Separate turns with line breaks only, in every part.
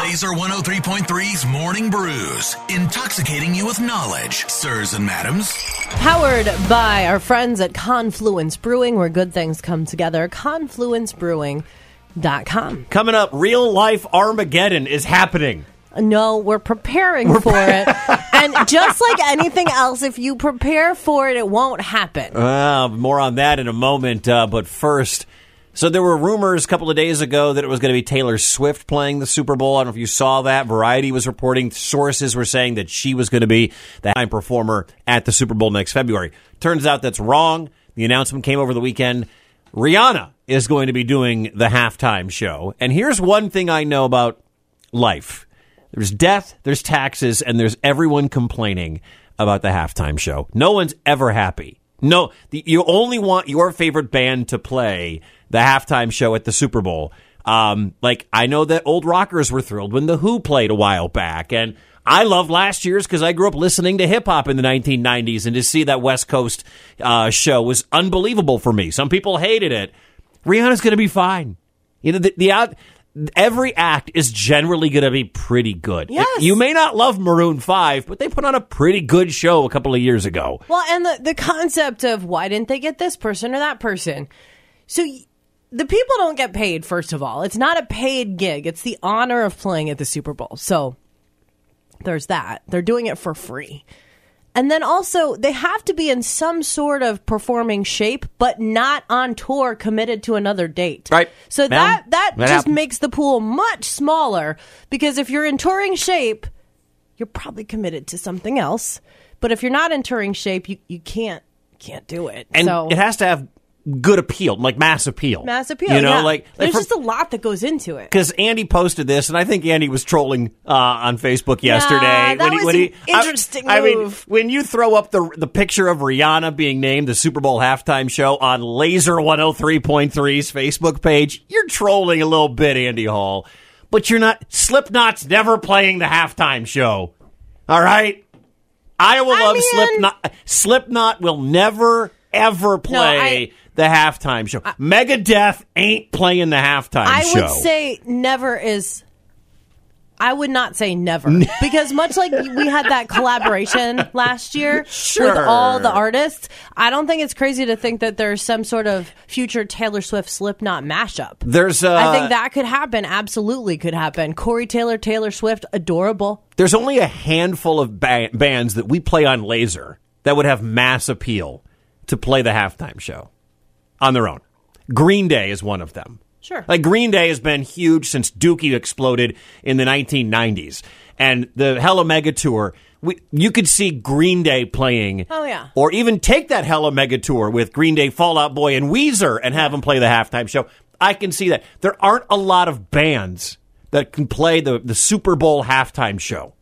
Laser 103.3's Morning Brews, intoxicating you with knowledge, sirs and madams.
Powered by our friends at Confluence Brewing, where good things come together. ConfluenceBrewing.com.
Coming up, real life Armageddon is happening.
No, we're preparing for it. and just like anything else, if you prepare for it, it won't happen.
Uh, more on that in a moment. Uh, but first, so there were rumors a couple of days ago that it was going to be Taylor Swift playing the Super Bowl. I don't know if you saw that. Variety was reporting sources were saying that she was going to be the high performer at the Super Bowl next February. Turns out that's wrong. The announcement came over the weekend. Rihanna is going to be doing the halftime show. And here's one thing I know about life. There's death, there's taxes, and there's everyone complaining about the halftime show. No one's ever happy. No, the, you only want your favorite band to play the halftime show at the Super Bowl. Um, like I know that old rockers were thrilled when the Who played a while back, and I loved last year's because I grew up listening to hip hop in the 1990s, and to see that West Coast uh, show was unbelievable for me. Some people hated it. Rihanna's going to be fine. You know the, the out every act is generally going to be pretty good.
Yes.
You may not love Maroon 5, but they put on a pretty good show a couple of years ago.
Well, and the, the concept of why didn't they get this person or that person? So y- the people don't get paid, first of all. It's not a paid gig, it's the honor of playing at the Super Bowl. So there's that. They're doing it for free. And then also, they have to be in some sort of performing shape, but not on tour committed to another date.
Right.
So
Yeah.
that, that,
That
just
happens.
makes the pool much smaller because if you're in touring shape, you're probably committed to something else. But if you're not in touring shape, you, you can't can't do it.
And
so
it has to have good appeal, like mass appeal.
mass appeal.
You know,
yeah.
like
there's just a lot that goes into it.
because Andy posted this, and I think Andy was trolling uh, on Facebook yesterday.
that was an
I-
interesting
I, mean,
move.
when you throw up the the picture of Rihanna being named the Super Bowl halftime show on Laser 103.3's Facebook page, you're trolling a little bit, Andy Hall. But you're not. Slipknot's never playing the halftime show. All right, I will
I
love
mean-
Slipknot. Slipknot will never ever play.
I-
the halftime show. Megadeth ain't playing the halftime
I
show.
would say never is. I would not say never because much like we had that collaboration last year with
Sure.
all the artists, I don't think it's crazy to think that there's some sort of future Taylor Swift Slipknot mashup.
There's uh,
I think that could happen. Absolutely could happen. Corey Taylor, Taylor Swift, adorable.
there's only a handful of ba- bands that we play on Laser that would have mass appeal to play the halftime show on their own. Green Day is one of them.
Sure.
Like Green Day has been huge since Dookie exploded in the 1990s and the Hella Mega Tour. We, you could see Green Day playing.
Oh, yeah.
Or even take that Hella Mega Tour with Green Day, Fallout Boy, and Weezer and have them play the halftime show. I can see that. There aren't a lot of bands that can play the, the Super Bowl halftime show.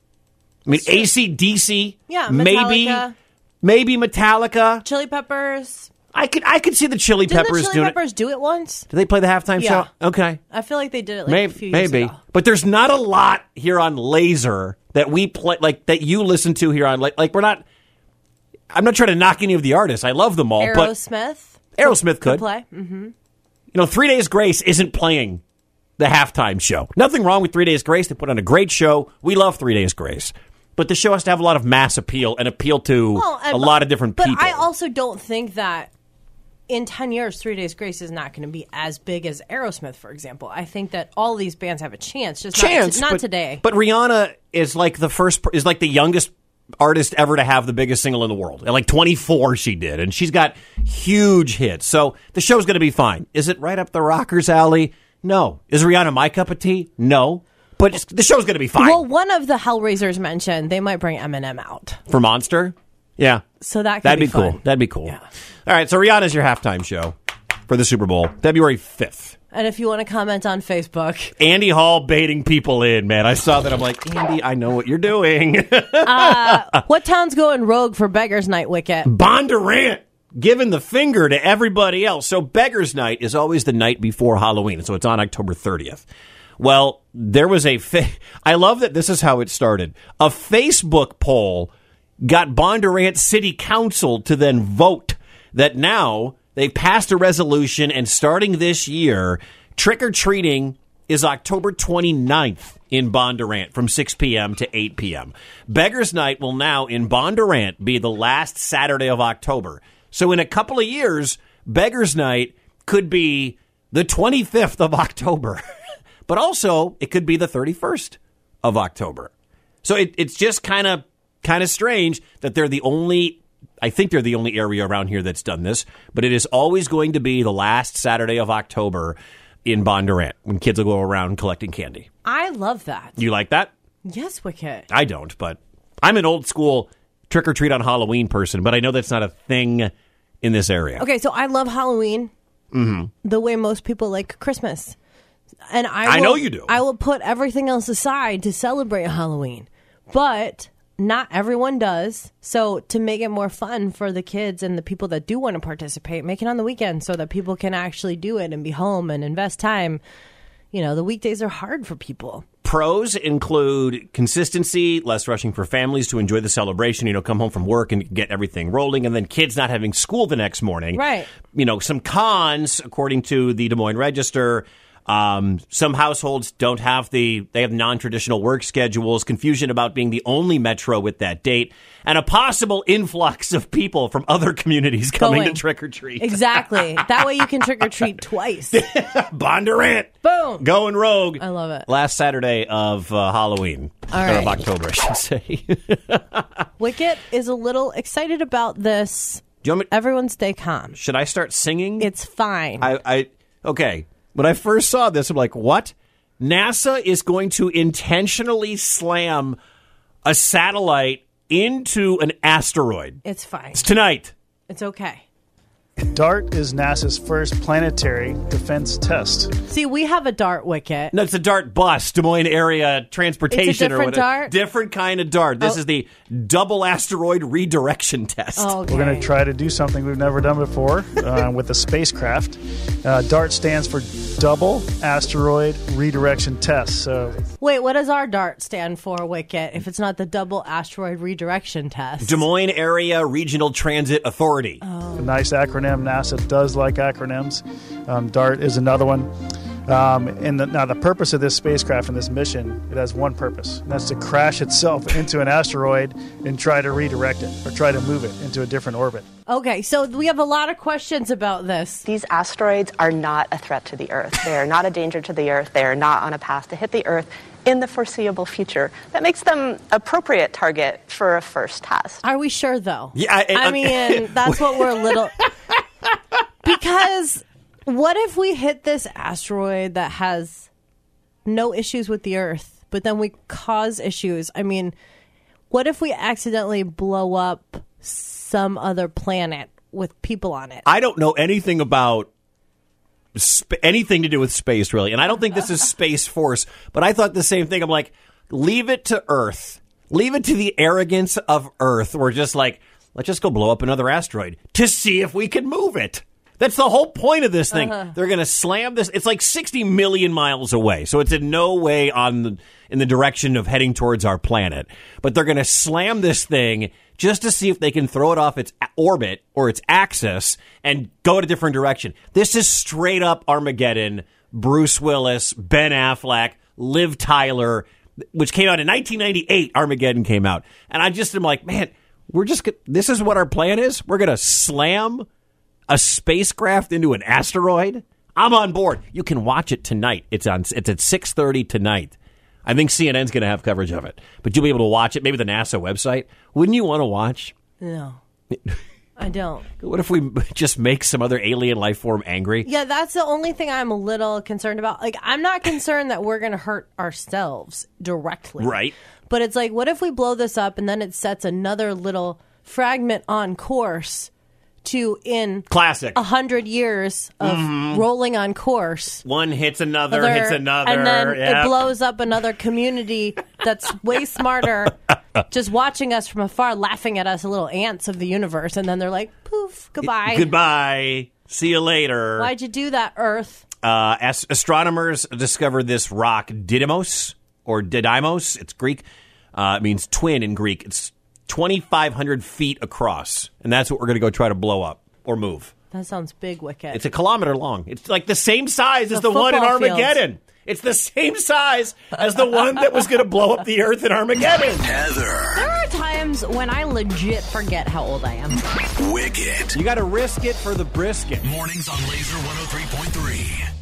I mean, AC/DC,
Yeah,
maybe,
Metallica.
maybe Metallica.
Chili Peppers.
I could, I could see the Chili
Didn't
Peppers
the Chili
doing
Peppers do it once?
it. Do they play the halftime
Yeah.
show? Okay,
I feel like they did it like a few
maybe,
years
maybe.
ago.
But there's not a lot here on Laser that we play, like that you listen to here on, like, like we're not. I'm not trying to knock any of the artists. I love them all,
Aerosmith.
but Aerosmith could.
play. Mm-hmm.
You know, Three Days Grace isn't playing the halftime show. Nothing wrong with Three Days Grace. They put on a great show. We love Three Days Grace. But the show has to have a lot of mass appeal and appeal to
Well, and-
a lot of different
but
people.
I also don't think that in 10 years, Three Days Grace is not going to be as big as Aerosmith, for example. I think that all these bands have a chance, just
Chance,
not, not
but-
today.
But Rihanna is like the first, per- is like the youngest artist ever to have the biggest single in the world. At like 24, she did, and she's got huge hits. So the show's going to be fine. Is it right up the rockers' alley? No. Is Rihanna my cup of tea? No. But it's, the show's going to be fine
well, one of the Hellraisers mentioned they might bring Eminem out.
for Monster. Yeah,
So that could
That'd
be,
be,
fun.
cool. That'd be cool. All right, so Rihanna's your halftime show for the Super Bowl, February 5th.
And if you want to comment on Facebook,
Andy Hall baiting people in, man. I saw that. I'm like, Andy, I know what you're doing. Uh.
what town's going rogue for Beggar's Night Wicket?
Bondurant giving the finger to everybody else. So Beggar's Night is always the night before Halloween, so it's on October 30th. Well, there was a. Fa- I love that this is how it started. A Facebook poll got Bondurant City Council to then vote that now they passed a resolution and starting this year, trick or treating is October 29th in Bondurant from 6 p.m. to 8 p.m. Beggar's Night will now in Bondurant be the last Saturday of October. So in a couple of years, Beggar's Night could be the 25th of October, but also it could be the 31st of October. So it, it's just kind of kind of strange that they're the only. I think they're the only area around here that's done this, but it is always going to be the last Saturday of October in Bondurant when kids will go around collecting candy.
I love that.
You like that?
Yes, Wicket.
I don't, but I'm an old school trick or treat on Halloween person, but I know that's not a thing in this area.
Okay, so I love Halloween the way most people like Christmas. And I,
Mm-hmm. I
will-
know you do.
I will put everything else aside to celebrate Halloween. But not everyone does. So to make it more fun for the kids and the people that do want to participate, make it on the weekend so that people can actually do it and be home and invest time. You know, the weekdays are hard for people.
Pros include consistency, less rushing for families to enjoy the celebration, you know, come home from work and get everything rolling, and then kids not having school the next morning.
Right.
You know, some cons, according to the Des Moines Register, um, some households don't have the, they have non traditional work schedules, confusion about being the only metro with that date, and a possible influx of people from other communities coming
Going.
to trick or treat.
Exactly. that way you can trick or treat twice.
Bondurant!
Boom.
Going rogue.
I love it.
Last Saturday of uh, Halloween,
All
or of
right.
October, I should say.
Wicket is a little excited about this.
Do you want me,
Everyone stay calm.
should I start singing?
It's fine.
I, I okay. When I first saw this, I'm like, what? NASA is going to intentionally slam a satellite into an asteroid.
it's fine.
It's tonight.
It's okay.
DART is NASA's first planetary defense test.
See, we have a dart wicket.
No, it's a DART bus, Des Moines area transportation or
different
whatever.
dart?
Different kind of DART. This
Oh.
is the double asteroid redirection test.
Okay.
We're going to try to do something we've never done before uh, with a spacecraft. Uh, DART stands for Double Asteroid Redirection Test. So
Wait, what does our dart stand for, Wicket? If it's not the double asteroid redirection test,
Des Moines Area Regional Transit Authority.
a nice acronym. NASA does like acronyms. Um, DART is another one. Um, and the, now, the purpose of this spacecraft and this mission, it has one purpose, and that's to crash itself into an asteroid and try to redirect it or try to move it into a different orbit.
okay. So we have a lot of questions about this.
These asteroids are not a threat to the Earth. They are not a danger to the Earth. They are not on a path to hit the Earth in the foreseeable future. That makes them appropriate target for a first test.
Are we sure though?
Yeah, I- I-
mean, that's what we're a little because what if we hit this asteroid that has no issues with the Earth, but then we cause issues? I mean, what if we accidentally blow up some other planet with people on it?
I don't know anything about sp- anything to do with space, really. And I don't think this is Space Force, but I thought the same thing. I'm like, leave it to Earth. Leave it to the arrogance of Earth. We're just like, let's just go blow up another asteroid to see if we can move it. That's the whole point of this thing. They're going to slam this. It's like 60 million miles away. So it's in no way on the, in the direction of heading towards our planet. But they're going to slam this thing just to see if they can throw it off its a- orbit or its axis and go in a different direction. This is straight up Armageddon, Bruce Willis, Ben Affleck, Liv Tyler, which came out in 1998. Armageddon came out. And I just am like, man, we're just, go- this is what our plan is. We're going to slam a spacecraft into an asteroid. I'm on board. You can watch it tonight. It's on. It's at 6:30 tonight. I think CNN's going to have coverage of it, but you'll be able to watch it. Maybe the NASA website. Wouldn't you want to watch?
No, I don't.
What if we just make some other alien life form angry?
Yeah, that's the only thing I'm a little concerned about. Like, I'm not concerned that we're going to hurt ourselves directly.
Right.
But it's like, what if we blow this up and then it sets another little fragment on course to in
Classic.
a hundred years of rolling on course?
One hits Mm-hmm. another, hits another,
And then
yeah.
it blows up another community that's way smarter, just watching us from afar, laughing at us, little ants of the universe. And then they're like, poof, goodbye.
Goodbye. See you later.
Why'd you do that, Earth?
Uh, as- astronomers discovered this rock Didymos or Didymos. It's Greek. Uh, it means twin in Greek. It's 2,500 feet across, and that's what we're going to go try to blow up or move.
That sounds big, wicked.
It's a kilometer long. It's like the same size as the one in
football field.
Armageddon. It's the same size as the one that was going to blow up the Earth in Armageddon.
Heather.
There are times when I legit forget how old I am.
Wicket.
You got to risk it for the brisket.
oh Mornings on Laser 103.3.